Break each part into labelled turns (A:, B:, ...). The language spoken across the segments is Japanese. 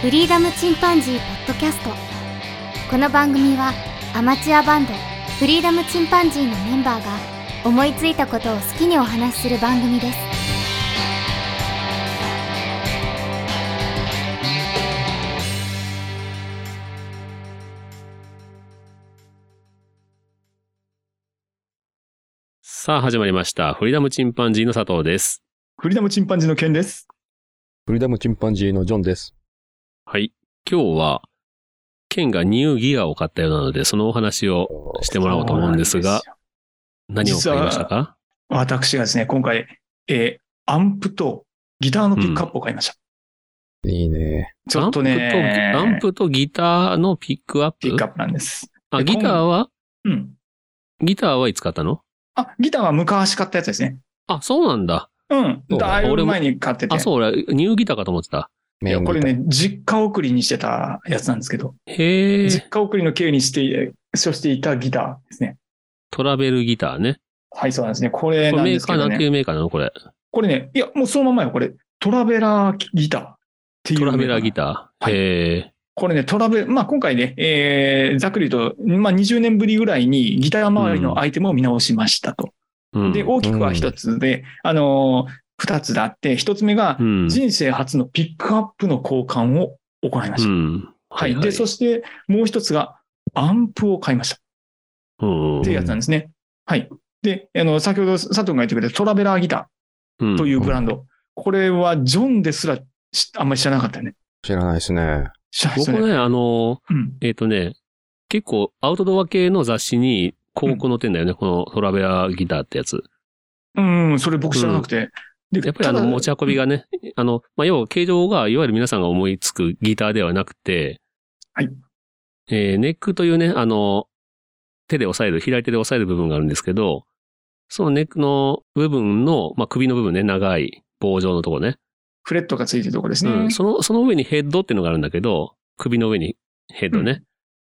A: フリーダムチンパンジーポッドキャストこの番組はアマチュアバンドフリーダムチンパンジーのメンバーが思いついたことを好きにお話しする番組です
B: さあ始まりました。フリーダムチンパンジーの佐藤です。
C: フリーダムチンパンジーの件です。
D: フリーダムチンパンジーのジョンです。
B: はい。今日は、ケンがニューギアを買ったようなので、そのお話をしてもらおうと思うんですが、何を
C: 実は
B: 買いましたか
C: 私がですね、今回、えーアンプとギターのピックアップを買いました。
D: いいね。
C: ちょっとね、
B: アンプとギターのピックアップ
C: ピックアップなんです。
B: あ、ギターは
C: うん。
B: ギターはいつ買ったの
C: あ、ギターは昔買ったやつですね。
B: あ、そうなんだ。
C: うん。
D: そう
C: だい
B: 俺も
C: ぶ前に買ってて。
B: あ、そう、俺、ニューギターかと思ってた。
C: い
D: メイ
C: や、
D: ンギタ
C: こ
D: ー
C: れ。ね、実家送りにしてたやつなんですけど、
B: へえ、
C: 実家送りの経由にして、所していたギターですね。
B: トラベルギターね。
C: はい、そうなんですね。これ
B: これ
C: なん
B: メ
C: で
B: ー
C: す
B: カ
C: け
B: ー
C: ど
B: なんてい
C: ね。
B: うメーカーなのこれ。
C: これね、いや、もうそのまんまよ。これ、トラベラーギターっていう。
B: トラベラーギター。
C: はい
B: へえ、
C: これね、トラベル、まあ、今回ね、えーざっくり言うと、まあ、20年ぶりぐらいにギター周りのアイテムを見直しましたと。
B: うん。
C: で、大きくは一つで、あのー二つであって、一つ目が
B: う、ん。
C: 人生初のピックアップの交換を行いました。
B: うん。
C: はい、で、そして、もう一つが、アンプを買いまし
B: う
C: た。
B: ん
C: っていうやつなんですね。はい。で、あの、先ほど佐藤が言ってくれたトラベラーギターというブランド。これは、ジョンですらしあんまり知らなかったよね。
D: 知らないですね。
C: 知らないです
B: 僕
C: よね。
B: ね、あの、
C: うん。
B: えっ、とね、結構アウトドア系の雑誌に広告載ってんだよね、このトラベラーギターってやつ。
C: うん、それ僕知らなくて。で
B: やっぱりあの
C: ただ
B: 持ち運びがね、あの、まあ、要は形状がいわゆる皆さんが思いつくギターではなくて、
C: はい。
B: えーネックというね、あの、手で押さえる、左手で押さえる部分があるんですけど、そのネックの部分の、まあ、首の部分ね、長い棒状のとこね。
C: フレットがついてるとこですね。
B: うん、その、その上にヘッドっていうのがあるんだけど、首の上にヘッドね。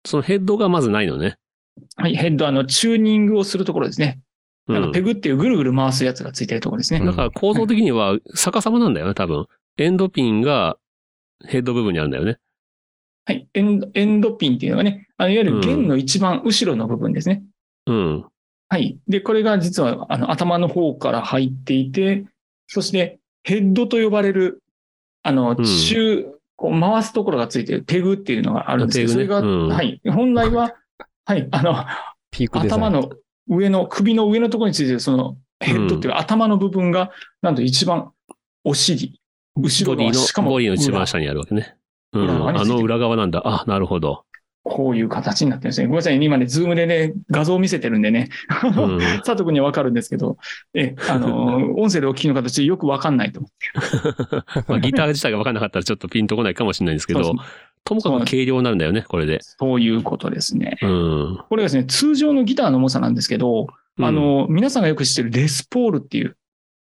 B: そのヘッドがまずないのね。
C: はい、ヘッド、あの、チューニングをするところですね。
B: うん
C: なんかペグっていうぐるぐる回すやつがついてるところですね。
D: うん
B: だから構造的には逆さまなんだよね、多分。エンドピンがヘッド部分にあるんだよね。
C: はいエンド。エンドピンっていうのがね、あのいわゆる弦の一番後ろの部分ですね。
B: うん。
C: はい。で、これが実はあの頭の方から入っていて、そしてヘッドと呼ばれる、あの、
B: ん
C: 中、こう回すところがついてるペグっていうのがあるんですけど、そ
B: ペ
C: れ
B: グね
C: が、
B: うん
C: はい。本来は、はい、あの、
D: ピークデザイン。
C: 頭の上の、首の上のところについてる、そのヘッドっていうか頭の部分が、なんと一番お尻、後
B: ボ
C: ろ
B: ディ
C: 側、
B: の
C: しか、も
B: ボディの一番
C: 裏
B: 下にあるわけね。う
C: 裏
B: ん。
C: 側につい
B: あ
C: てる
B: の裏側なんだ。あ、なるほど。
C: こういう形になってるんですね。ごめんなさい、今ね、ズームでね、画像を見せてるんでね、
B: うん。
C: 佐藤君にはわかるんですけど、え、あの、音声でお聞きの形よくわかんないと。
B: まあ、ギター自体が分かんなかったらちょっとピンとこないかもしれないんですけ
C: そ
B: ど
C: うで、す
B: ともかく軽量になるんだよね、これで。
C: そういうことですね。
B: うん。
C: これがですね、通常のギターの重さなんですけど、あの、皆さんがよく知ってるレスポールっていう、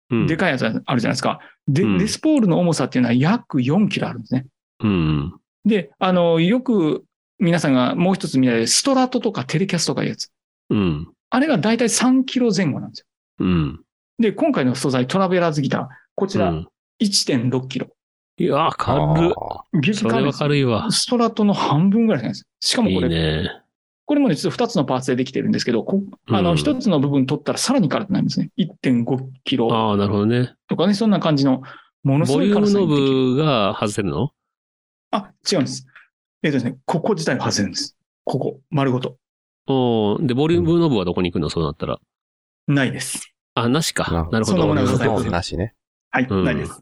B: うん、
C: でかいやつあるじゃないですか。で、
B: うん
C: レスポールの重さっていうのは約4キロあるんですね。
B: うん。
C: で、あの、よく皆さんがもう一つ見られるストラトとかテレキャスとかいうやつ。
B: うん。
C: あれがだいたい3キロ前後なんですよ。
B: うん。
C: で、今回の素材、トラベラーズギター、こち
B: う
C: ら
B: ん。
C: 1.6キロ。
B: いやー、軽っ。
C: 激
B: それ
C: 軽い
B: は軽いわ。
C: ストラトの半分ぐらいなんですよ。しかも
B: い
C: こ
B: い
C: れ、
B: ね。
C: これもね、ちょっと2つのパーツでできてるんですけど、こあ
B: う
C: の、
B: ん
C: 1つの部分取ったらさらに軽くなるんですね。1.5キロ
B: ああ、なるほどね。
C: とかね、そんな感じの、ものす
B: ボ
C: ご
B: リ
C: い
B: ュー
C: 軽
B: ム
C: さ
B: ノ
C: にできる。
B: ブが外せるの
C: あ、違うんです。えっ、とですね、ここ自体が外れるんです。ここ、丸ごと。
B: おーで、ボリュームノブはどこに行くのそうなったら。
C: ないです。
B: あ、なしか。な
D: な
B: る
D: る
B: ほ
C: そんなものはござい
B: ど。
C: ま
D: 頭
C: せん
D: なしね。
C: はい、
B: うん
C: ないです。こ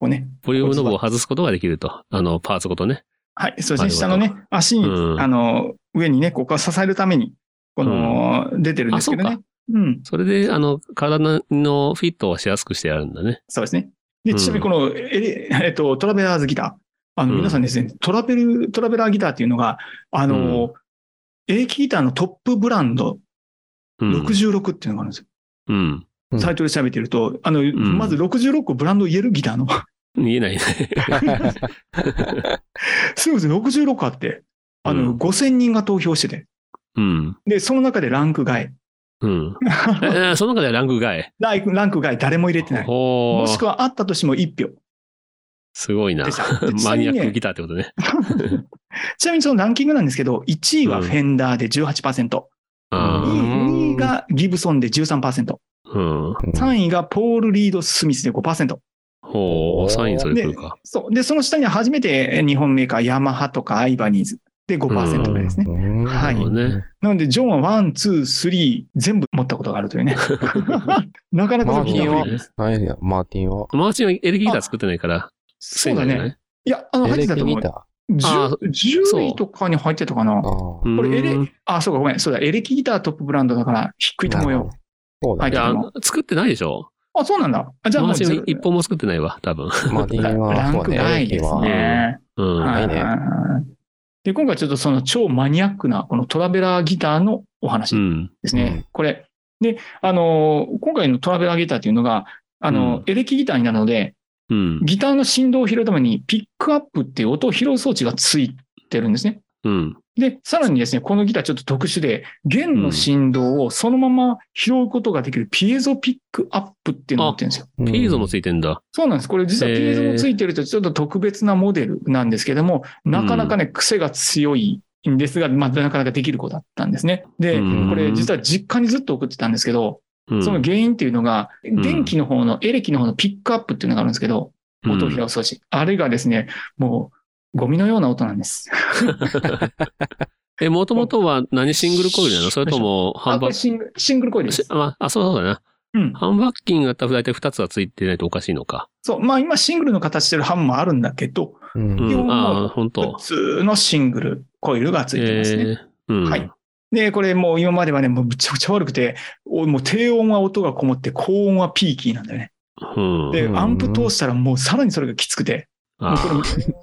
C: こね。
B: ボリュームノブを外すことができると。あの、パーツごとね。
C: はい、そうですね。下
B: 丸
C: の
B: ごと
C: ね、足に、
B: うん
C: あの、上にね、ここを支えるために、この、出てるんですけど
B: あ
C: ね。うん、
B: それで、あの、体のフィットをしやすくしてやるんだね。
C: そうですね。で、
B: うん
C: ちなみにこの、えれえっと、トラベラーズギター。あの、
B: うん
C: 皆さんですね、トラベル、トラベラーギターっていうのが、あの、エレキギターのトップブランド
B: うん。
C: 66っていうのがあるんですよ。
B: うん。
D: うん
C: サイトで調べてると、あの、
B: ん
C: まず66個ブランド言えるギターの。
B: 見えないね。
C: すごいですね、66あって、あの、
B: うん
C: 5000人が投票してて。
B: うん。
C: で、その中でランク外。
B: うん。えーその中ではランク外。
C: ランクランク外誰も入れてない。
B: ほ
C: も
B: ー
C: しくはあったとしても1票。
B: すごいな
C: でした。で。ちな
B: マ
C: み
B: ニア
C: に
B: ッ
C: ね
B: クギターってことね。
C: ちなみにそのランキングなんですけど、1位はフェンダーで18%、
B: あ
D: う
B: ー
C: 2
D: ん
C: 位がギブソンで13%、
B: うん。
D: 位。
C: 3位がポール・リード・スミスで5%。
B: ほう、サインそれ来るか。
C: そう。で、その下には初めて日本メーカー、ヤマハとかアイバニーズで5%ぐらいですね。
D: うん
C: はい
B: なるほどね。
C: なので、ジョンはワン、ツー、スリー、全部持ったことがあるというね。なかなか
D: マ
C: の
D: ーティン
C: は
D: は、何や、マーティンは。
B: マーチンはエレキギター作ってないから、
C: そうだね。。いや、あの、
D: エ
C: 入っ
D: レ
C: てた
D: キ
C: と思
D: ギ
C: う。
D: タ
B: あ
C: 10,
B: そう
C: 10位とかに入ってたかな
D: ー。。ああ。
B: こ
C: これエレあ、そうか、ごめん。そうだ、エレキギタートップブランドだから、低いと思うよ。
D: そうだ
B: い
D: ね。
B: や、作ってないでしょ
C: あ、そうなんだ。あじゃあも
B: マ
C: う
B: ーチン
C: 全
B: 一
C: 部、
B: 本も作ってないわ、多分。
D: マーティンは、
C: ラン
D: そう
C: ク
D: ね
C: ないですね。
B: うん。
C: は
D: ない
C: い
D: ね
C: で、今回ちょっとその超マニアックな、このトラベラーギターのお話
B: うん。
C: ですね。
D: うん
C: これ。で、あのー今回のトラベラーギターっていうのが、あのー
B: うん
C: エレキギターになるので、
B: うん。
C: ギターの振動を拾うために、ピックアップっていう音を拾う装置がついてるんですね。
B: うん。
C: で、さらにですね、このギターちょっと特殊で、弦の振動をそのまま拾うことができるピエゾピックアップっていうのを持ってるんですよ。
D: うん
B: ピーゾもついてんだ。
C: そうなんです。これ実は
B: へー
C: ピエゾもついてるとちょっと特別なモデルなんですけども、なかなかね、癖が強いんですが、まあ、なかなかできる子だったんですね。で、
B: うん
C: これ実は実家にずっと送ってたんですけど、
B: うん
C: その原因っていうのが、
B: ん
C: 電気の方の、エレキの方のピックアップっていうのがあるんですけど、音を拾う装置。あれがですね、もう、ゴミのような音なんです。
B: え、もともとは何シングルコイルなのそれとも、ハ
C: あ、
B: ン
C: こ
B: バ
C: れ
B: ッ
C: シングルシングルコイルで
B: キン
C: す。
B: あ、あ、そうだな。
C: うん。
B: ハンバッキングが多分大体2つはついてないとおかしいのか。
C: そう。まあ今、シングルの形してるハンもあるんだけど、
D: う。
B: うん
C: 基本
B: ん。
C: は
B: ああ、本当
C: 普。通のシングルコイルがついてますね。
B: えーうん。
C: はいで、これもう今まではね、もうむちゃくちゃ悪くて、おもう低音は音がこもって、高音はピーキーなんだよね。
B: うん。
C: で、
D: うん
C: アンプ通したらもうさらにそれがきつくて、
B: あ。
C: これ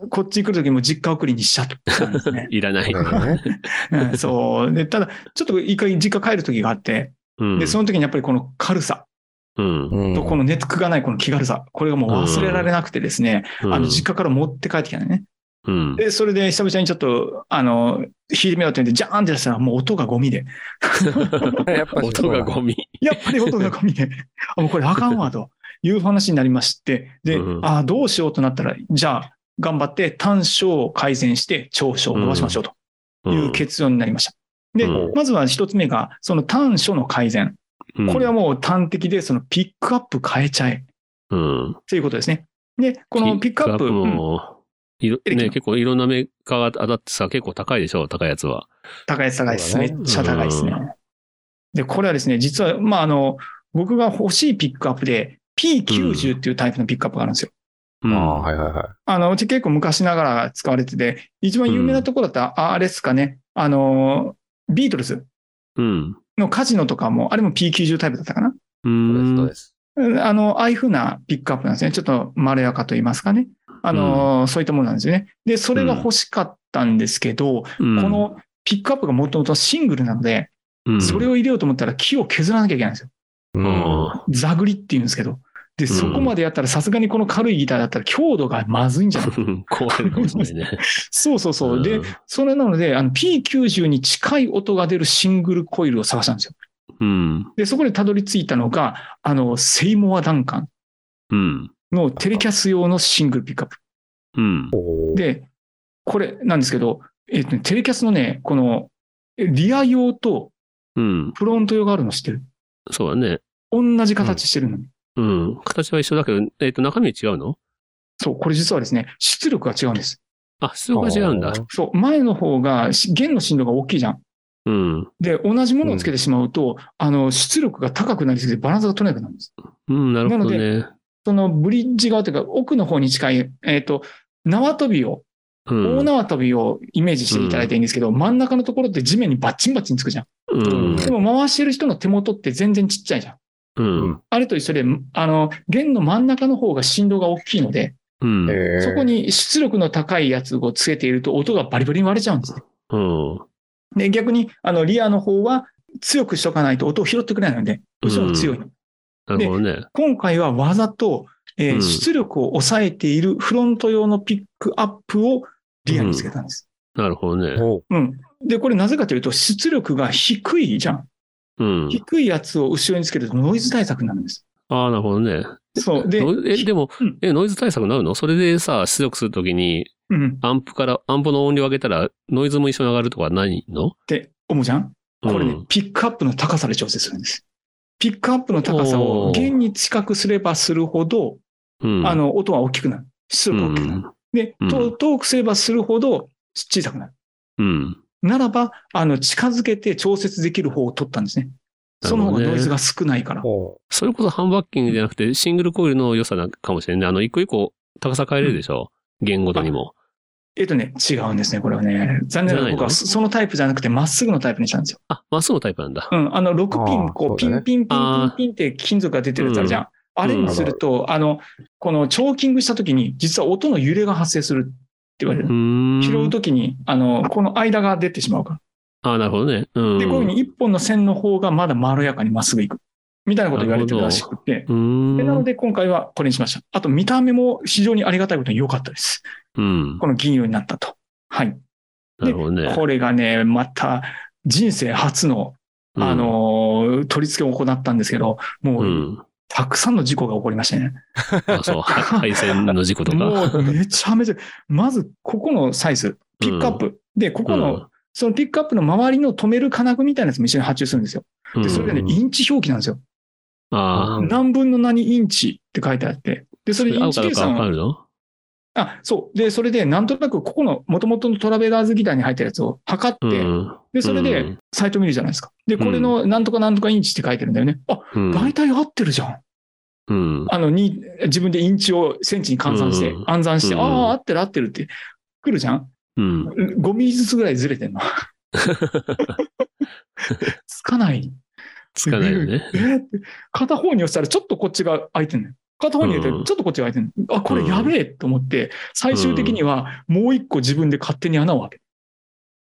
C: こっち来るときも実家送りにしちゃったんですね
B: いらない。
D: ね
C: うんそう。で、ただ、ちょっと一回実家帰るときがあって、
B: うん。
C: で、その時にやっぱりこの軽さ
B: うん。
D: うん
C: とこのネックがないこの気軽さ、これがもう忘れられなくてですね、
B: うん
C: あの、実家から持って帰ってきたのね。
B: うん。
C: で、それで久々にちょっと、あの、弾いてみようって言って、ジャーンって出したら、もう音がゴミで。
D: やっぱり
B: 音がゴ
D: ミ。
B: ミ。
C: やっぱり音がゴミで、 あもうこれあかんわ、という話になりまして、で、
B: うん
C: ああ、どうしようとなったら、じゃあ、頑張って短所を改善して長所を伸ばしましょうという結論になりました。で
B: うん、
C: まずは一つ目が、その短所の改善。
B: うん
C: これはもう端的で、そのピックアップ変えちゃえ
B: うん。
C: ということですね。で、このピックアップ、うん
B: も、いろ
C: エレキ
B: ね、
C: の
B: 結構いろんなメーカーがあだってさ、結構高いでしょ高いやつは。
C: 高いです、高いです。
D: そう
C: め
D: だね
C: っちゃ高いですね。で、これはですね、実は、まあ、あの、僕が欲しいピックアップで、P90 っていうタイプのピックアップがあるんですよ。
B: う
D: あ
B: ん。
D: あ、はいはいはい。
C: あの、うち結構昔ながら使われてて、一番有名なところだったら、ああれですかね、あの、ビートルズ
B: うん。
C: のカジノとかも、あれも P90 タイプだったかな。
B: う。
D: そうです、そうんです。
C: うんあの、ああいう風なピックアップなんですね。ちょっとまろやかと言いますかね。あの、そういったものなんですよね。で、それが欲しかったんですけど、このピックアップがもともとシングルなので、
B: うん、
C: それを入れようと思ったら木を削らなきゃいけないんですよ
D: う。
B: うんん。
C: ザグリって言うんですけど、で、そこまでやったらさすがにこの軽いギターだったら強度がまずいんじゃない
B: 壊れるかもしれないね。
C: そうそう そう。で
B: ん、、
C: それなので、あの P90 に近い音が出るシングルコイルを探したんですよ。
B: うん。
C: で、そこでたどり着いたのが、あの、セイモア・ダンカン
B: うん。
C: のテレキャス用のシングルピックアップ。
B: うん。
D: おー
C: で、これなんですけど、えっとね、テレキャスのね、この、えリア用と
B: うん。
C: フロント用があるの知ってる
B: そうだね。
C: 同じ形してるのに。
B: うん。形は一緒だけど、えっ、と、中身違うの
C: そう、これ実はですね、出力が違うんです。
B: あ、質量が違うんだ。
C: そう、前の方がし弦の振動が大きいじゃん。
B: うん。
C: で、同じものをつけてしまうと、あの、出力が高くなりすぎてバランスが取れなくなるんです。
B: うん、なるほどね。
C: そのブリッジ側というか、奥の方に近い、えっ、と、縄跳びを、
B: うん。
C: 大縄跳びをイメージしていただいていいんですけど、真ん中のところって地面にバッチンバッチンつくじゃん。
B: うん。
C: でも回してる人の手元って全然ちっちゃいじゃん。
B: うん。
C: あれと一緒で、あの、弦の真ん中の方が振動が大きいので、
B: うん。うん。
D: へー
C: そこに出力の高いやつをつけていると音がバリバリに割れちゃうんですね。で、逆に、あの、リアの方は強くしとかないと音を拾ってくれないので、後ろも強いの。
B: なるほどね。
C: 今回はわざと、えー
B: うん
C: 出力を抑えているフロント用のピックアップをリアにつけたんです。
B: なるほどね。
D: おー
C: うん。で、これなぜかというと、出力が低いじゃん。
B: うん。
C: 低いやつを後ろにつけるとノイズ対策になるんです。
B: ああ、なるほどね。
C: そう。で、
B: ノイえ、でも
C: うん、
B: え、ノイズ対策になるのそれでさ、出力するときに、
C: うん、っ
B: アンプから、アンプの音量上げたら、ノイズも一緒に上がるとかないの
C: て思うじゃんこれね、
B: うん
C: ピックアップの高さで調整するんです。ピックアップの高さを
B: おー
C: 弦に近くすればするほど、
B: うん。
C: あの、音は大きくなる。出
B: う
C: 力が大きくなる。
B: ん、
C: で、
B: うん
C: と遠くすればするほど小さくなる。
B: うん。
C: ならば、あの、近づけて調節できる方を取ったんですね。その方がノイズが少ないから。
D: ほ
B: それこそハンバッキングじゃなくて、シングルコイルの良さなかもしれない。あの、一個一個高さ変えれるでしょ、言語とにも。
C: えっとね、違うんですね、これはね。残念なが
B: じゃない
C: ら僕
B: の
C: はそそのタイプじゃなくて、まっすぐのタイプにしたんですよ。
B: あ、まっすぐのタイプなんだ。
C: うん、あの、6ピ
D: あ
C: ン、
D: ー
C: こう、ピ
D: そうだ
C: ン
D: ね
C: ピンピンピン
B: あー
C: ピンって金属が出てるやつあるじゃん。あれにすると、あの、このチョーキングした時に、実は音の揺れが発生するって言われ
B: う
C: る。
B: ーん。
C: 拾う時に、あの、この間が出てしまうから。
B: あ、なるほどね。うん。
C: で、こういうふうに一本の線の方がまだまろやかにまっすぐいく。みたいなこと言われてるらしくて。
B: うーん。
C: でなので今回はこれにしました。あと見た目も非常にありがたいことに良かったです。
B: うん。
C: この銀色になったと。はい。
B: なるほどね。
C: これがね、また人生初の、
B: うん
C: あ、のー取り付けを行ったんですけど、も
B: う
C: う、
B: ん。
C: たくさんの事故が起こりましたね。
B: あ、そう。配線の事故とか。
C: もう、めちゃめちゃ、まず、ここのサイズ、ピックアップ。で、ここの、そのピックアップの周りの止める金具みたいなやつも一緒に発注するんですよ。
B: うん、
C: で、それがね
D: う、ん
C: インチ表記なんですよ。
B: ああ。
C: 何分の何インチって書いてあって、で、それイ
B: 合
C: ン
B: う
C: チ
B: かどう
C: 計
B: かわか
C: 算
B: るの
C: あ、そう。で、それで、なんとなく、ここの、元々のトラベラーズギターに入ったやつを測って、
B: うん。
C: で、それ
B: う
C: で
B: ん、
C: サイト見るじゃないですか。で、これの、なんとかなんとかインチって書いてるんだよね。あ、
B: うん。
C: 大体合ってるじゃん。
B: うん。
C: あの、に、自分でインチをセンチに換算して
B: うん、
C: 暗算して、
B: う
C: あ
B: ん
C: あ、合ってる合ってるって、来るじゃん
B: うん。
C: ?5 ミリずつぐらいずれてんの。 つかない。
B: つかないよね。
C: えーって片方に押したらちょっとこっちが空いてんのよ。片方に入れて
B: うん
C: ちょっとこっちが空いてんの。あ、これやべえと思って、最終的にはもう一個自分で勝手に穴を開ける。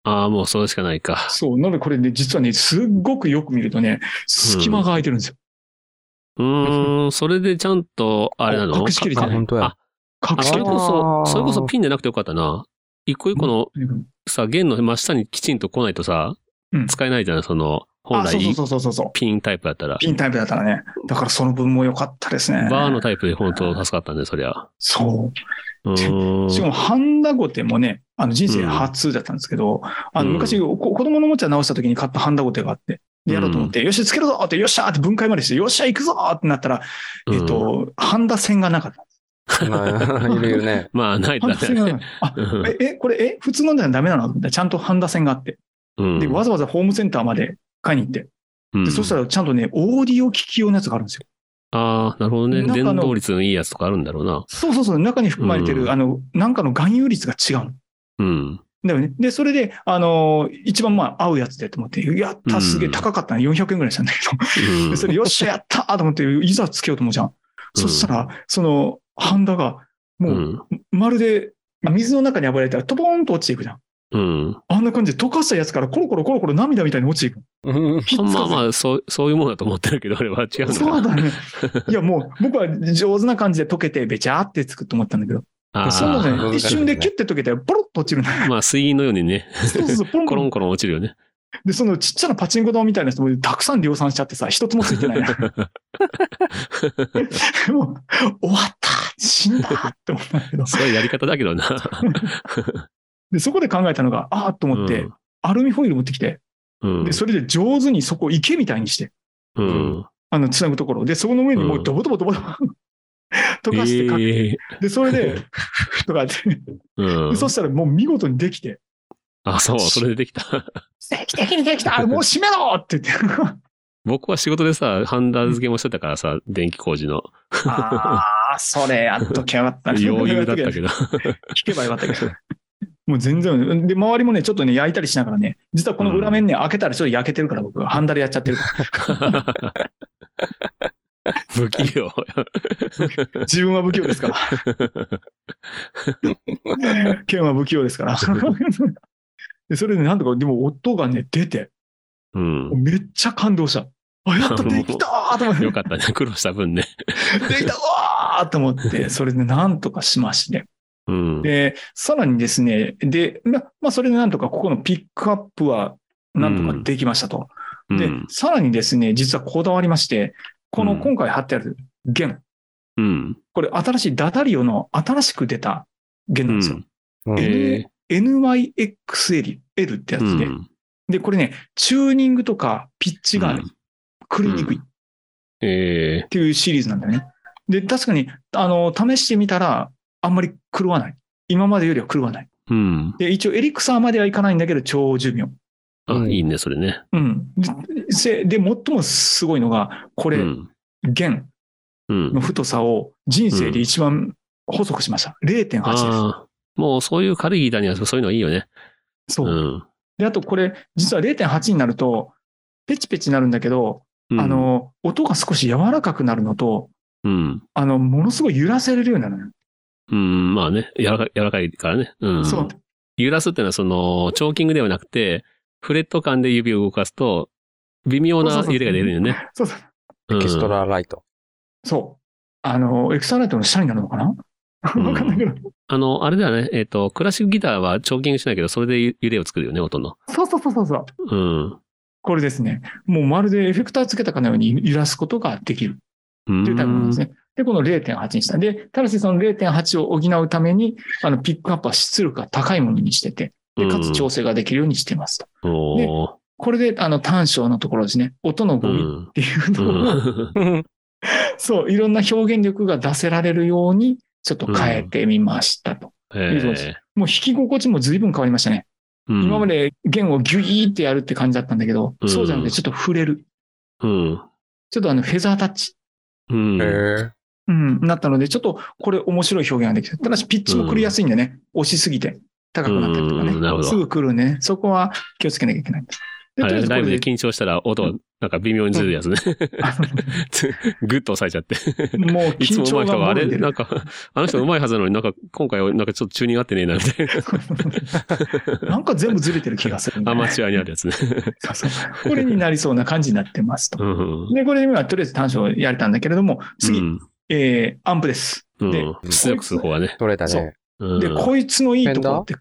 B: ああ、もうそれしかないか。
C: そう。なのでこれね、実はね、すっごくよく見るとね、隙間が空いてるんですよ。
B: うーん、それでちゃんと、あれなの
C: 隠しきれて
D: う。あ、
C: ない
B: か
D: 本当や。
B: あ
C: 隠
B: あ、
C: し
B: そ
C: き
B: れ
C: れて
D: あ
C: る
B: こそ、それこそピンじゃなくてよかったな。一個一個のさ、弦の真下にきちんと来ないとさ
C: うん、
B: 使えないじゃん、その、本
C: あ、そう
B: 来
C: そうそうそうそう。
B: ピンタイプだったら。
C: ピンタイプだったらね。だからその分も良かったですね。
B: バーのタイプで本当助かったんで、そりゃ。
C: そうう。しか
B: ーん。
C: も、ハンダゴテもね、あの人生初だったんですけど、あの昔、こ子供のおもちゃ直した時に買ったハンダゴテがあって、でやろうと思って、よし、つけるぞって、よっしゃーって分解までして、よっしゃ、行くぞってなったら、えっ、と、ハンダ線がなかった。
D: まあ いるいるね。
B: まあ、ないと
C: ハンダ線がなか
B: ね。
C: った。 あ、え、え、これ、え、普通のじゃダメなのと思ってちゃんとハンダ線があって、で、わざわざホームセンターまで買いに行って、でそした
B: ら。
C: らちゃんとね、オーディオ機器用のやつがあるんですよ。
B: ああ、なるほどね。
C: 中の
B: 伝導率のいいやつとかあるんだろうな。
C: そうそうそう、中に含まれてる、
B: うん
C: あの、なんかの含有率が違うの。
B: うん。
C: だよね。で、それで、あのー一番まあ合うやつでと思って、やった、すげえ
B: うん
C: 高かったな、400円ぐらいしたんだけど、で それよっしゃ、やったーと思って、いざつけようと思うじゃん。そしたら、その、ハンダが、
B: う
C: もう、
B: ん。
C: まるで、水の中に暴れたら、トボーンと落ちていくじゃん。
B: うん。
C: あんな感じで溶かしたやつからコロコロコロコロ涙みたいに落ちていく。
D: うん
C: ひっつかず
B: まあまあ、そう、そういうものだと思ってるけど、あれは違うんだ。
C: そうだね。いや、もう、僕は上手な感じで溶けて、べちゃーってつくと思ったんだけど、
B: あ
C: そんな
B: あ、
C: のね、一瞬でキュッて溶けて、ポロッと落ちるんだよ。
B: まあ、水銀のようにね、
C: そうそうそう、ポロン
B: コ
C: ポロ
B: ロ
C: ン
B: ンコロン落ちるよね。
C: で、そのちっちゃなパチンコ玉みたいな人もたくさん量産しちゃってさ、一つもついてないな。 もう、終わった死んだって思ったんだけど。
B: すごいやり方だけどな。
C: で、そこで考えたのが、ああと思って、
B: うん
C: アルミホイル持ってきて、
B: うん。
C: で、それで上手にそこ池みたいにして、
B: うん。
C: あの、つなぐところ。で、そこの上にもううんドボドボドボド ボ溶かしてかけて、
B: ええ
C: で、それ で、とかやって、
B: う
C: で
B: ん。
C: そしたらもう見事にで きて、
B: あ、そう、それでできた。
C: できてできてできたもう閉めろって言って。
B: 僕は仕事でさ、ハンダ付けもしてたからさ、電気工事の。
C: ああ、それやっときゃよかったね
B: 余裕だった けど。
C: 聞けばよかったけど。 もう全然、で、周りもね、ちょっとね、焼いたりしながらね、実はこの裏面ね、開けたらちょっと焼けてるから、僕、ハンダでやっちゃってるか
B: 不器用。
C: ら、自分は不器用ですから、 剣は不器用ですから。でそれで、なんとか、でも音がね、出て、
B: うん。
C: めっちゃ感動した。あ、やっとできたーと思
B: よ
C: っ
B: かったね。苦労した分ね。
C: て、できたわーと思って、それでなんとかしまして、
B: うん。
C: で、さらにですね、で、ままあ、それでなんとか、ここのピックアップは、なんとかできましたと。
B: う
C: で
B: ん、
C: さらにですね、実はこだわりまして、こ
B: う
C: の
B: ん
C: 今回貼ってある弦、
B: うん。
C: これ新しいダダリオの新しく出た弦
B: う
C: なん
B: ん
C: ですよ。
D: うん
B: え
C: NYXL ってや
B: う
C: つで、
B: ん
C: で、これね、チューニングとかピッチがね狂いにくいっ
B: ええ
C: ていうシリーズなんだよね。で、確かに、あの、試してみたら、あんまり狂わない。今までよりは狂わない。
B: うん。
C: で、一応エリクサーまではいかないんだけど、超寿命。
B: あ、いいね、それね。
C: うん。で、せで最もすごいのが、こ
B: う
C: れ、
B: ん。
C: 弦
B: うん
C: の。太さを人生で一番細くしました。0.8で
B: ああ、もうそういう軽いギターにはそういうのはいいよね。
C: す。
B: う
C: そう。
B: ん。
C: で、あとこれ、実は0.8になると、ペチペチなるんだけど、
B: うん
C: あ、の、音が少し柔らかくなるのと、
B: うん。
C: あの、ものすごい揺らせれるようになるのよ
B: うん、まあね、柔らか柔らかいからね。うん。
C: そう。
B: 揺らすっていうのは、その、チョーキングではなくて、フレット感で指を動かすと、微妙な揺れが出るよね。
C: そうそう。
B: うん
D: エキストラライト。
C: そう。あの、エクサライトの下になるのかな
B: うん
C: わかんないけど。
B: あの、あれだよね。えっ、と、クラシックギターはチョーキングしないけど、それでゆ揺れを作るよね、音の。
C: そうそうそうそうそう。
B: うん。
C: これですね。もうまるでエフェクターつけたかのように揺らすことができる
B: うん
C: というタイプなんですね。で、この0.8にした。で、ただしその0.8を補うために、あの、ピックアップは出力が高いものにしてて、で、かつ調整ができるようにしています
B: う
C: と。
B: んおー
C: これで、あの、短小のところですね。音の
B: う
C: ゴミっ
B: ん。
C: て いう
B: う
C: のを、
B: ん。
C: そう、いろんな表現力が出せられるように、ちょっと変えてみましたと。
B: え
C: そうですもう弾き心地も随分変わりましたね。今ま
B: で、
C: で弦をギュイーってやるって感じだったんだけど、
B: うん
C: そうじゃなくてちょっと触れる。
B: うん。
C: ちょっとあの、フェザータッチ。
B: うん。
D: へ
C: うん、なったので、ちょっとこれ面白い表現ができた。ただし、ピッチも狂いやすいんでね、押しすぎて高くなったりとか
B: うんなるほ
C: ね。
B: ど
C: すぐ来るんでね、そこは気をつけなきゃいけない。で、
B: あ
C: とりあえ
B: れ
C: ずこ
B: ライブで
C: れで、
B: 緊張したら音がなんか微妙にずれるやつ ね。ぐっと抑えちゃって。
C: もう
B: いつ
C: 緊
B: も上手い
C: 張
B: 人が、
C: が
B: あ
C: 漏
B: れ
C: れて
B: なん
C: る。
B: か、 あの人上手いはずなのになんか今回はなんかちょっとチューニング合ってねえなみたい
C: なんか全部ずれてる気がするん
B: な。
C: だ
B: ア
C: よね
B: マチュアにあるやつね。
C: そうそうこれになりそうな感じになってますと
B: う。ん。
C: で、これで今、とりあえず短所をやれたんだけれども、次、
B: うん。
C: えーアンプです。で
B: うん出力する方はね
D: ー。取れた
C: そ
D: ね
C: う。
B: うん
C: で、こいつのいいところって、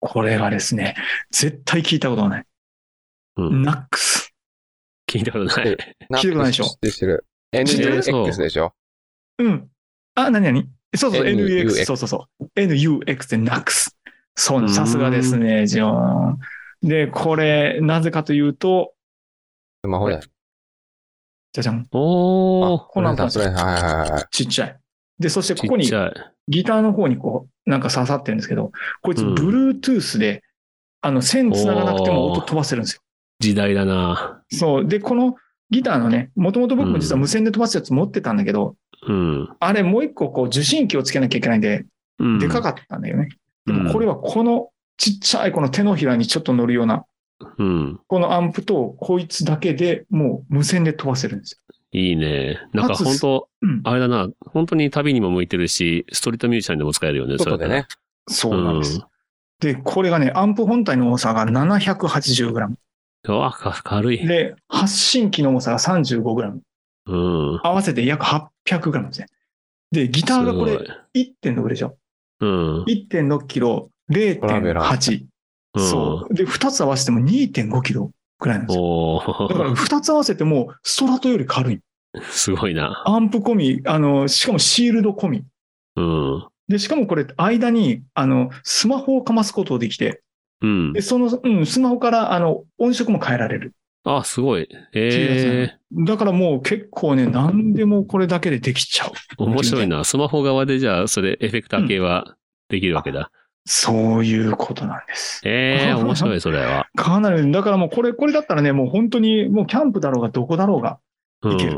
C: これがですね、絶対聞いたことがない。
B: うん
C: ナックス。
B: 聞いたことない。
D: な
C: 聞いたことないでしょ
D: 知ってる知ってる。
C: 知ってる
D: NUX でしょ
C: うん。あ、なになにそうそう、
D: NUX
C: NUX。そうそうそう。NUX でナックス。そうなんですさすがですね、ジョン。で、これ、なぜかというと、
D: スマホだよ。
C: じゃじゃん。
B: おー。
C: このアンプなんで
D: そ
C: すよ
D: れ、はいはいはい。
C: ちっちゃい。で、そして
B: ち
C: ここ
B: っ
C: に
B: ちゃい。
C: ギターの方にこう、なんか刺さってるんですけど、こいつ、
B: うん
C: Bluetooth で、あの、線繋がなくても音飛ばせるんですよ。
B: 時代だな
C: そう。で、このギターのね、もともと僕も実は無線で飛ばすやつ持ってたんだけど、
B: うん。
C: あれもう一個こう受信機をつけなきゃいけないんで、
B: うん。
C: でか
B: か
C: かったんだよね。
B: う
C: で
B: ん
C: もこれはこのちっちゃいこの手のひらにちょっと乗るような、
B: うん。
C: このアンプとこいつだけでもう無線で飛ばせるんですよ。
B: いいね。なんか
C: 初
B: 本当
C: うん。
B: あれだな本当に旅にも向いてるし、ストリートミュージシャンでも使えるよね。
D: 外でね。
C: そうなんです。で、これがね、アンプ本体の重さが 780g。
B: それだったら。うわ、か軽い。
C: で、発信機の重さが 35g。
B: うん。
C: 合わせて約 800g ですね。で、ギターがこれ
B: す
C: 1.6でしょ。
B: ごい。うん。
C: 1.6キロ、
D: トラベラ
C: 0.8。そう。で、二つ合わせても2.5キロくらいなん
B: う
C: で
B: ん。
C: すよ。
B: お
C: だから
B: ー。
C: 二つ合わせてもストラトより軽い。
B: すごいな。
C: アンプ込み、あの、しかもシールド込み。
B: うん。
C: で、しかもこれ、間に、あの、スマホをかますことできて、
B: うん
C: で、。その、うん、スマホから、あの、音色も変えられる。
B: あ、すごい。ええ
C: だからもう結構ね、何でもこれだけでできちゃう。
B: 面白いな。スマホ側でじゃあ、それエフェクター系はできるわけだ。
C: そういうことなんです。
B: ええ面白い、それは。
C: かなり、だからもうこれ、これだったらね、もう本当に、もうキャンプだろうが、どこだろうが。
B: うん。
C: いける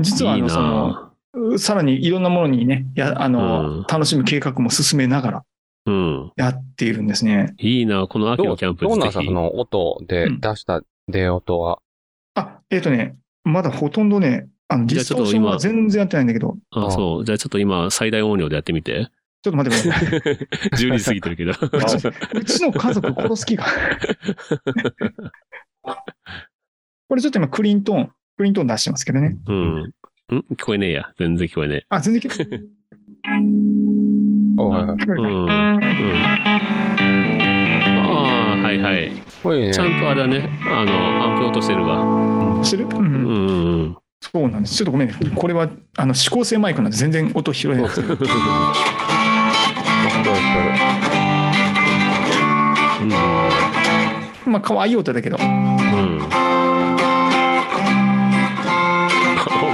C: 実は、あ
B: いい
C: の、その、
B: な
C: さらにいろんなものにね、やあの、
B: うん
C: 楽しむ計画も進めながら
B: うん。
C: やっているんですね。
B: いいなこの秋
D: ど
B: の
D: う
B: キ
D: ど
B: ャンプ
D: うなん
B: ぜ
D: ですか
B: ひ
D: そ。の音で出した出音は。
C: あ、えっ、とね、まだほとんどね、あの、デ
B: じ
C: ィ
B: ゃあ
C: ス
B: ち
C: ト
B: ょっと
C: ーションは
B: 今
C: 全然やってないんだけど、
B: あ、そう。じゃあちょっと今、最大音量でやってみて。
C: ちょっと待ってください。
B: 12時過ぎてるけど。
C: うちの家族殺す気が。 これちょっと今クリントーン、クリントーン出してますけどね。
B: うん。ん聞こえねえや。全然聞こえねえ。
C: あ、全然聞こえる。
D: おはいはい
C: 聞こ
B: う
C: えるか
B: ん。うん。ああ、はいはい。
D: これいい
B: ちゃ
D: ね。
B: んとあれだね。あの、アンプ落としてるわ。
C: してる、うん
B: うんうん。
C: そうなんです。ちょっとごめんね。これは、あの、指向性マイクなんで全然音拾 えない。まあ、可愛い音だけど。
B: うん。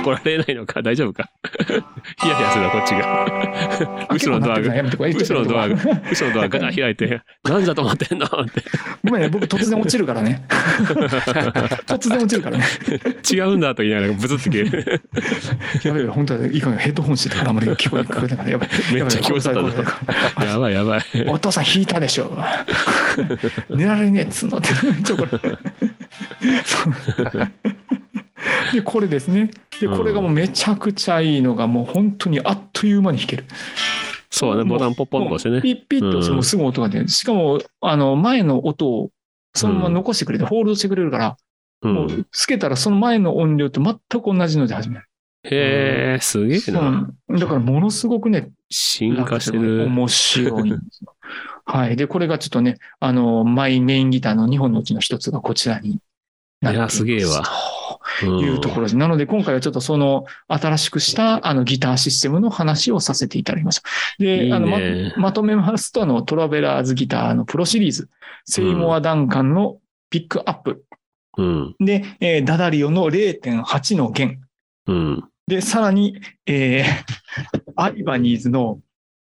B: 怒られないのか大丈夫か ヒヤヒヤするな、こっちが。 後ろのドアが、
C: やめてこれ
B: 後ろのドアが、後ろのドア ガラッ開いて、なんじゃ止まってんのって。
C: ごめんね、僕突然落ちるか らね。突然落ちるからね。
B: 違うんだと言いながらブツって切れる。
C: やべえ、本当だ。いいかげんヘッドホンしてたからあんまり聞こえなから。やばい。
B: めっちゃ気持ちだったな
C: やばいやばいやばい
B: やばいやばい。
C: お父さん引いたでしょ。寝られねえっつうのって。ちょ、これ。そうで、これですね。で、これがもうめちゃくちゃいいのが、もう本当にあっという間に弾ける。
B: そうね、ボタンポッポンと押してね。
C: ピッピッと押してもうすぐ音が出る。しかも、あの、前の音をそのまま残してくれて、ホールドしてくれるから、
B: う
C: も
B: ん。
C: うつけたらその前の音量と全く同じので始める。
B: へえ、すげえ
C: そうな
B: な。
C: のだからものすごくね、
B: 進化して
C: 楽で
B: る。
C: 面白いんですよ。はい。で、これがちょっとね、あの、マイメインギターの2本のうちの一つがこちらになっていま
B: いやす
C: す。
B: げえわ
C: と
B: ん
C: いうところです。なので、今回はちょっとその、新しくした、あの、ギターシステムの話をさせていただきました。で、
B: いい
C: あの、ま
B: ね。
C: まとめますと、あの、トラベラーズギターのプロシリーズ、セイモア・ダンカンのピックアップ、
B: うん。
C: で、えーダダリオの0.8の弦、
B: うん。
C: で、さらに、えーアイバニーズの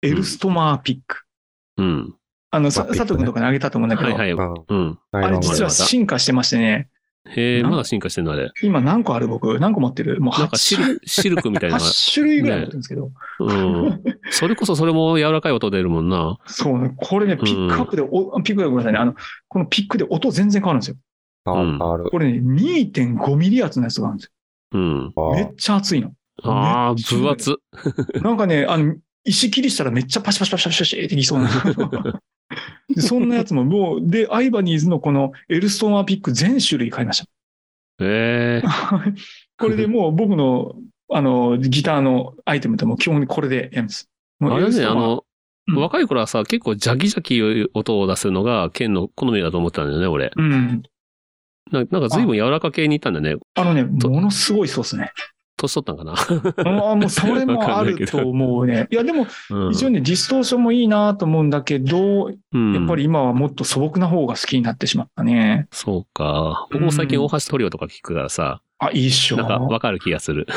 C: エルストマーピック。
B: うん。
C: あの、さ
D: まあ
C: 佐藤君とかにあげたと思うんだけど、
B: はいはい。うん。
D: あ
C: あれ実は進化してましてね、
B: へえ、まだ進化してんのあれ。
C: 今何個ある僕、何個持ってるもう
B: なんか
C: 8
B: シ
C: 種類
B: ルシルクみたいなのが。
C: 8種類ぐらい持ってるんですけど、
B: うん。それこそそれも柔らかい音出るもんな。
C: そうね、これね、ピックアップで、おピックアップごめんなさいね、あの、このピックで音全然変わるんですよ。
D: ある。
C: これね、2.5ミリ圧のやつがあるんです
B: うん。
D: あ
C: よ。めっちゃ熱いの。
B: ああ、
C: めっちゃ
B: 分厚。
C: なんかね、あの、石切りしたらめっちゃパシパシパシパシパシっていきそうな。でそんなやつも、もう、で、アイバニーズのこのエルストーマーピック全種類買いました。
B: ええ。
C: はい これでもう僕の、あの、ギターのアイテムとも基本にこれでやるんです。も
B: あ
C: う
B: れ
C: エ
B: だ
C: ルスト
B: ね、
C: ー
B: あ
C: マー
B: の、
C: うん
B: 若い頃はさ、結構ジャキジャキ音を出すのが、剣の好みだと思ってたんだよね、俺。
C: うん。
B: ななんか随分柔らか系に行ったんだよね。
C: あのね、ものすごいそうですね。
B: 年取ったんかな。
C: ああ、 もうそれもあると思うね。いや、でも、
B: うん
C: 一応ね、ディストーションもいいなと思うんだけど、や
B: うん
C: っぱり今はもっと素朴な方が好きになってしまったね。
B: そうか。僕も最近大橋トリオとか聞くからさ、
C: あ、いいっしょ。
B: なんかわかる気がする。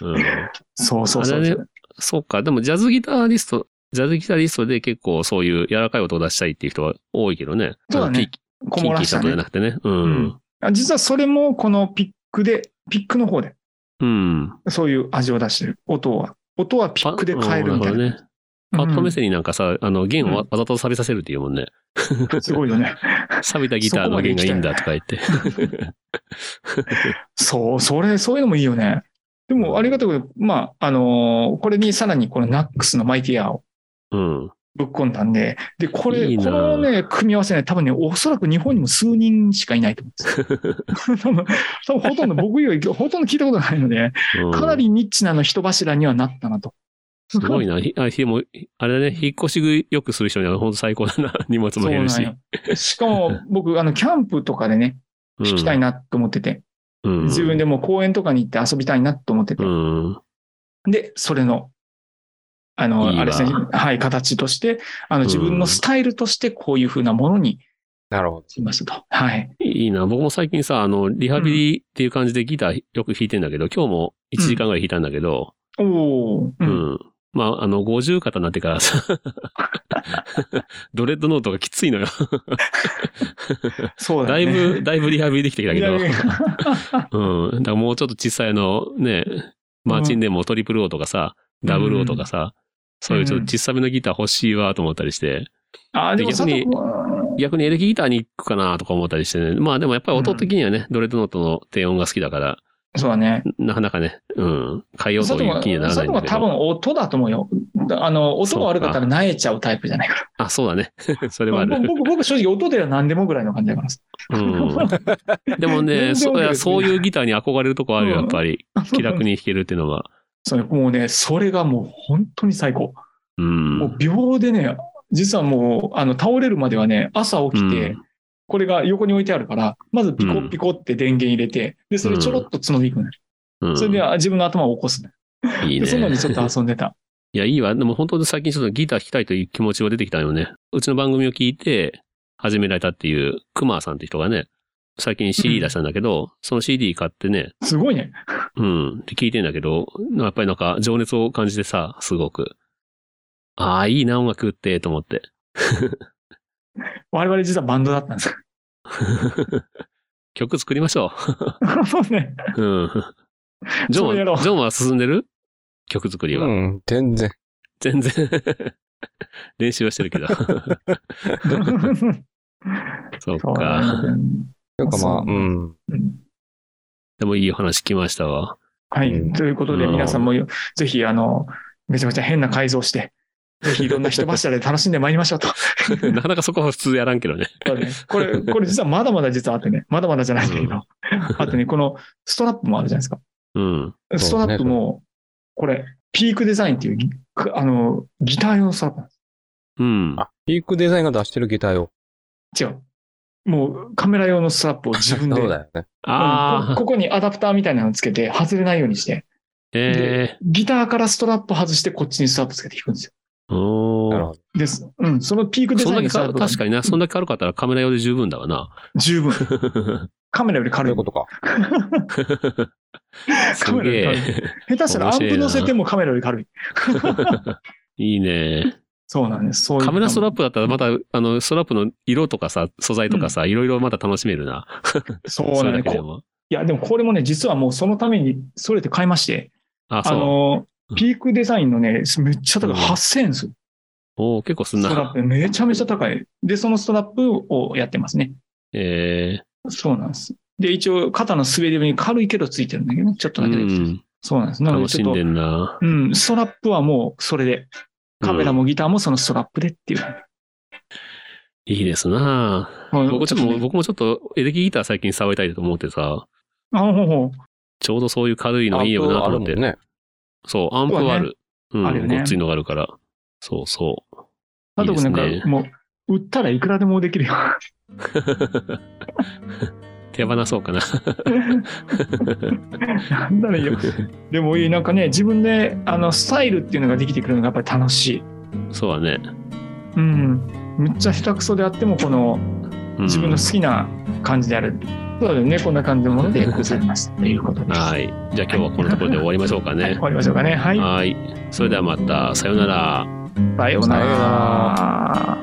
B: うん。
C: そうそうそ
B: あれ
C: う
B: ね。そうか。でもジャズギタリスト、ジャズギタリストで結構そういう柔らかい音を出したいっていう人は多いけどね。
C: そうだ
B: あ
C: ね
B: のキ
C: こ
B: キン
C: も
B: キ
C: ら
B: ー
C: し
B: さ
C: た
B: んとじゃ
C: ね
B: な。くてね。う
C: うんん。あ実はそれもこのピックで、ピックの方で、
B: うん。
C: そういう味を出してる。音は。音はピックで変えるみた
B: パ
C: いな。
B: うんるほどね。パッと目
C: うん
B: 線になんかさ、あの、弦をわわざと錆びさせるっていうもんね。
C: すご いよね。
B: 錆びたギターの弦がいいんだとか言って。
C: そう、それ、そういうのもいいよね。でも、ありがたいこと、まあ、あのーこれにさらにこのナックスのマイティアを
B: うん。
C: ぶっ込んだんで、で、これ、
B: いいな
C: このね、組み合わせね、多分ね、おそらく日本にも数人しかいないと思うん ですよ多分、多分ほとんど僕以外、ほとんど聞いたことないので、
B: うん
C: かな。りニッチなあの人柱にはなったなと。
B: すごい
C: な。
B: な。ひあ、ひも、あれだね、引っ越し食いよくする人には本当最高だな。 荷物も
C: そう
B: 減る
C: な
B: し
C: ん。よ。しかも、僕、あの、キャンプとかでね、弾きたい
B: な。
C: なと思って
B: う
C: て、
B: ん
C: 自分でもう公園とかに行って遊びたいなと思ってて
B: う、ん。
C: で、それの、あ
B: い
C: の、
B: いわ
C: あれですね、はい、形として、あの、自分のスタイルとしてこういうふうなものに
D: なるほど。
C: しましたと。はい。
B: いいな。僕も最近さ、あの、リハビリっていう感じでギターよく弾いてんだけど、今日も1時間ぐらい弾いたんだけど、
C: おお、う。
B: うんん。まあ、あの、50肩になってからさ、 ドレッドノートがきついのよ。
C: そうだ
B: だ
C: ね。
B: いぶ、だいぶリハビリできてきたけど
C: い。やいや
B: うん。だからもうちょっと小さいあの、ね、マーチンでもトリプルオーとかさ、
C: うん
B: ダブルオーとかさ、そういうちょっと小さめのギター欲しいわと思ったりして、
C: あー、でも
B: 逆に
C: 佐
B: 逆にエレキギターに行くかなとか思ったりしてね。まあでもやっぱり音的にはね、ドレッドノートの低音が好きだから、
C: 藤そうだね。
B: なかなかね、うん、変えようと
C: 佐藤
B: いう
C: は
B: 気にはなら
C: 佐
B: ない
C: 藤
B: ん
C: は
B: だけ
C: 多
B: ど。
C: 分音だと思うよ。あの、音が悪かったら萎えちゃうタイプじゃないか
B: あ、そうだね。 それはあ
C: ら。
B: る。
C: 僕、僕、正直音では何でもぐらいの感じだから。
B: うん。でもね、
C: 全
B: そ
C: 然 OK
B: ういや
C: ですね
B: そういうギターに憧れるとこあるよ、
C: うん
B: やっぱり。気楽に弾けるっていうのは。
C: そうもうね、それがもう本当に最高。
B: う
C: も
B: ん。
C: う秒でね、実はもう、あの、倒れるまではね、朝起きて、
B: うん
C: これが横に置いてあるから、まずピ
B: う
C: コ
B: ん
C: ピコって電源入れて、で、それちょろっとつまみくのよ
B: うん
C: それでは自分の頭を起こすね。
B: いい
C: で
B: ね。
C: そういうのにちょっと遊んでた。
B: いや、いいわ。でも本当に最近ちょっとギター弾きたいという気持ちが出てきたよね。うちの番組を聞いて始められたっていう、クマーさんって人がね、最近 CD 出したんだけど、その CD 買ってね、
C: すごいね。
B: うん、って聞いてんだけど、やっぱりなんか情熱を感じてさ、すごく。ああ、いいな、音楽って、と思って。
C: 我々実はバンドだったんです。
B: 曲作りましょ
C: そうね。
B: う。うん。ジョン
C: そうやろ
B: は、
C: う
B: ジョンは進んでる曲作りは。
D: うん、全然。
B: 全然。 練習はしてるけど。 そう
C: そうな
B: か。
C: ん
D: というかまあ、
C: そう
D: うん。
C: だようん
B: でもいいお話聞きましたわ。
C: はい。
D: うん
C: ということで、
B: うん
C: 皆さんもよぜひ、あの、めちゃめちゃ変な改造して、ぜ ひいろんな人柱で楽しんでまいりましょうと。
B: なかなかそこは普通やらんけどね。
C: そうねこれ、これ実はまだまだ実はあってね、まだまだじゃないんだけど、あとね、このストラップもあるじゃないですか。
B: うん。
C: ストラップも、これ、ピークデザインっていうギ、あの、ギター用のストラップなんで
B: うん。
D: あ、ピークデザインが出してるギターよ。
C: す。違う。もうカメラ用のストラップを自分 で、
D: そう
C: うん
D: だよね。
B: あ
C: こ
B: あ、
C: ここにアダプターみたいなのつけて外れないようにして、
B: え
C: ギターからストラップ外してこっちにストラップつけて弾くんですよ。
B: えお
D: なる
B: ー
D: ほど。
C: です。うん。そのピークデ
B: そん
C: ザイ
B: だけ
C: ンのストラ
B: か、
C: ップが
B: 確かにな、そんだけ軽かったらカメラ用で十分だわな。
C: 十分。 カメラより
D: そう
C: 軽
D: い。
C: いう
D: ことか。
B: すげ
C: カメラより軽い
B: え。
C: 下手したらアンプ乗せてもカメラより軽い。
B: いいね。
C: そうなんです。そういう
B: カメラストラップだったらまた、あの、ストラップの色とかさ、素材とかさ、いろいろまた楽しめるな。
C: そうなん
B: れ
C: で
B: だけ
C: す。
B: で
C: こ
B: も。
C: いや、でもこれもね、実はもうそのためにそれて買いまして、
B: あ、
C: あ
B: そう。
C: の
B: う、ん
C: ピークデザインのね、めっちゃ高い。
B: うん
C: 8000円ですよ。
B: おー結構すん
C: ストラッ
B: な。
C: プ。めちゃめちゃ高い。で、そのストラップをやってますね。
B: え
C: そうなんです。で、一応、肩の滑り部に軽いけどついてるんだけどね、ちょっ
B: え
C: と
B: う
C: だけで。
B: ん。
C: そうなんです。なので
B: 楽
C: ち
B: し
C: ょ
B: ん
C: っ
B: で
C: と、
B: んな。
C: うん、ストラップはもうそれで、カメラもギターもそのストラップでっていう。
B: いいですな
C: はい
B: 僕ちょっと、
C: ちょっとね
B: 僕もちょっと、エレキギター最近触りたいと思ってさ、
C: あ、ほうほ
B: ちょうどそういう軽いのいいよなと
D: ある
B: 思
D: も
B: っ
D: ん
B: て。
D: ね。
B: そう、アンプはある。うん、
C: あるよね
B: ごっついのがあるから。そうそう。
C: う。あとなんか
B: いいで、すね
C: もう、売ったらいくらでもできるよ。
B: 手放そうかな。
C: なんだろうよ。でもいい、なんかね、自分で、あの、スタイルっていうのができてくるのがやっぱり楽しい。
B: そうだね。
C: うん。むっちゃ下手くそであっても、この、
B: うん
C: 自分の好きな感じである。そうだよね、こんな感じのものでございます。ということです。
B: はい。じゃあ今日はこのところで終わりましょうか
C: はい、終
B: ね。
C: わりましょうかね。 はい。
B: はい。それではまた、さようなら。
C: さような
D: さような
C: ら。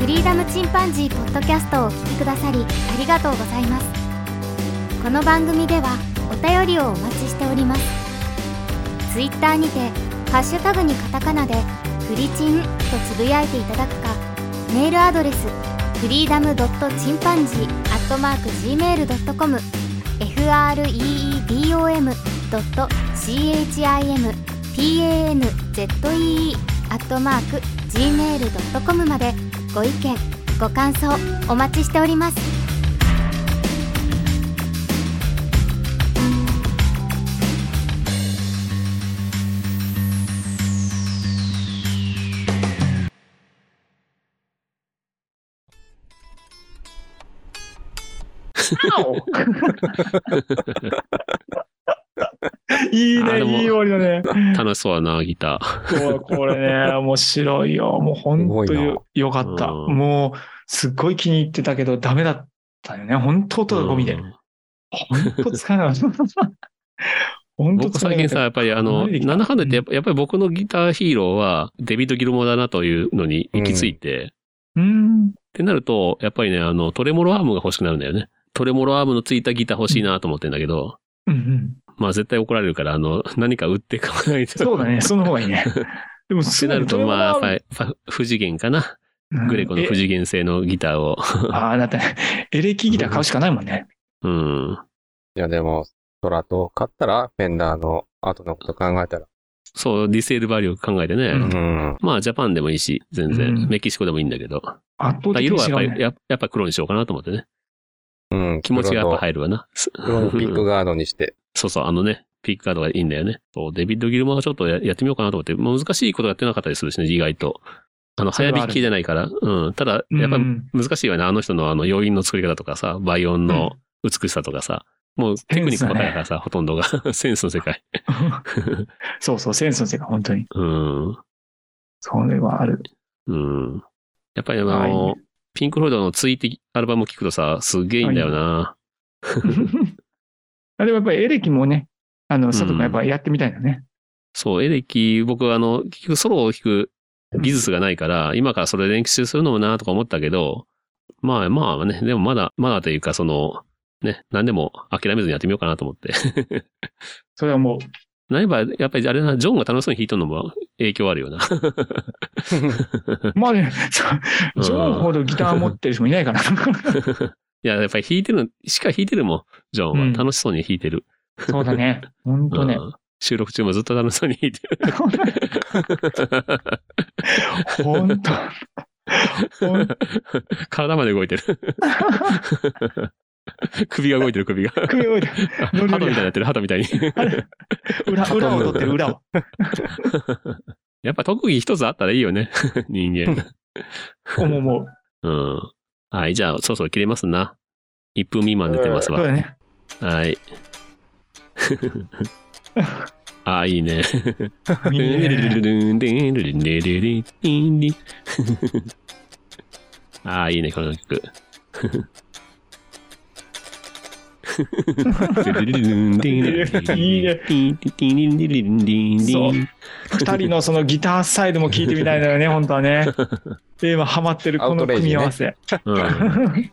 A: フリーダムチンパンジーポッドキャストをお聞きくださりありがとうございますこの番組ではお便りをお待ちしておりますツイッターにてハッシュタグにカタカナでフリチンとつぶやいていただくかメールアドレスフリーダムドットチンパンジーアットマーク gmail.com freedom ドット chimpanzee アットマーク gmail.com までご意見ご感想お待ちしております
C: いい
B: あ
C: ね、
B: でも
C: いい終わりだね。
B: 楽しそうだな、ギター。
C: こうこれね、面白いよ。もう本当
D: すごい
C: に
D: な
C: よかった。
B: うん
C: もう、すっごい気に入ってたけど、ダメだったよね。本当音がゴミで
B: う。ん
C: 本当使えなかった。本当
B: 僕
C: 使
B: 最
C: えな
B: 近
C: か
B: さ、
C: っ
B: やっぱりあの、
C: 慣れてきた
B: 7ハンドってやっぱやっぱり僕のギターヒーローはデビッド・ギルモだなというのに行き着いて、
C: た。うん。
B: ってなると、やっぱりね、あの、トレモロアームが欲しくなるんだよね。トレモロアームのついたギター欲しいなと思ってんだけど、
C: うんうん。
B: まあ絶対怒られるから、あの、何か売って買わないと。
C: そう だね。その方がいいね。でも、
B: っ
C: す
B: て
C: ぐ
B: なると、まあ、やっ
C: イ
B: ぱり、やっぱ不次元かな。グレコの不
C: ジ
B: 次元製のギターを。
C: ああ、だって、エレキギター買うしかないもんね。
B: うん。
D: いや、でも、トラと買ったら、フェンダーの後のこと考えたら。
B: そう、ディセールバリュー考えてね。
C: うん
D: うん。
B: まあ、ジャパンでもいいし、全然。
C: うん
B: メキシコでもいいんだけど。だか
C: 圧倒
B: ら
C: 的
B: 色
C: に
B: はやっぱ
C: 違うね
B: り、ややっぱ黒にしようかなと思ってね。
D: うん、
B: 気持ちがやっぱ
D: る。
B: 入るわな。
D: 黒のピックガードにして。
B: そうそう、あのね、ピックガードがいいんだよね。そうデビッド・ギルモアがちょっとややってみようかなと思って、まあ難しいことやってなかったりするしね、意外と。あの、
C: それ
B: 早
C: はある
B: 引きじゃないから。うん。ただ、やっぱ
C: う
B: り
C: ん
B: 難しいわね。あの人のあの、要因の作り方とかさ、倍音の美しさとかさ。もうテクニックばっかりだからさ、ほとんどが。 センスの世界。
C: そうそう、センスの世界、本当に。
B: うん。
C: それ はある。
B: うん。やっぱりあの、
C: は
B: ピンク・フロイドのツイーテアルバム聞くとさ、すげえいいんだよな。
C: あでもやっぱりエレキもね、あの、佐藤
B: うん
C: 君やっぱやってみたいんだね。
B: そう、エレキ、僕あの、結局ソロを弾く技術がないから、今からそれ練習するのもなとか思ったけど、まあまあね、でもまだ、まだというか、その、ね、何でも諦めずにやってみようかなと思って。
C: それはもう、
B: 何えば、やっぱりあれだな、ジョンが楽しそうに弾いとんのも影響あるよな。
C: まあね、そうジョ
B: うん
C: ンほどギター持ってる人もいないから。
B: いや、やっぱり弾いてる、しか弾いてるもん、ジョ
C: う
B: ン
C: ん
B: は。楽しそうに弾いてる。
C: そうだね。本当ね
B: う。ん収録中もずっと楽しそうに 弾いてる。
C: 本当。ほん
B: 体まで動 いてる。首が動いてる、首が。
C: とよ
B: 鳩みたいになってる、鳩み たいに。
C: 裏、裏を取ってる、裏を。
B: やっぱ特技一つあったらいいよ ね。人間。
C: 思う思う。
B: うん。はい、じゃあ、そろそろ切れますな。1分未満出てます
C: そう
B: わ。
C: だね。
B: はい。ああ、いいね。
C: いいね
B: ああ、いいね、この 曲。
C: そう二人のそのギターサイドも聞いてみたいのよね、本当は ね。で、今ハマってるこの組み合わせ。
B: うん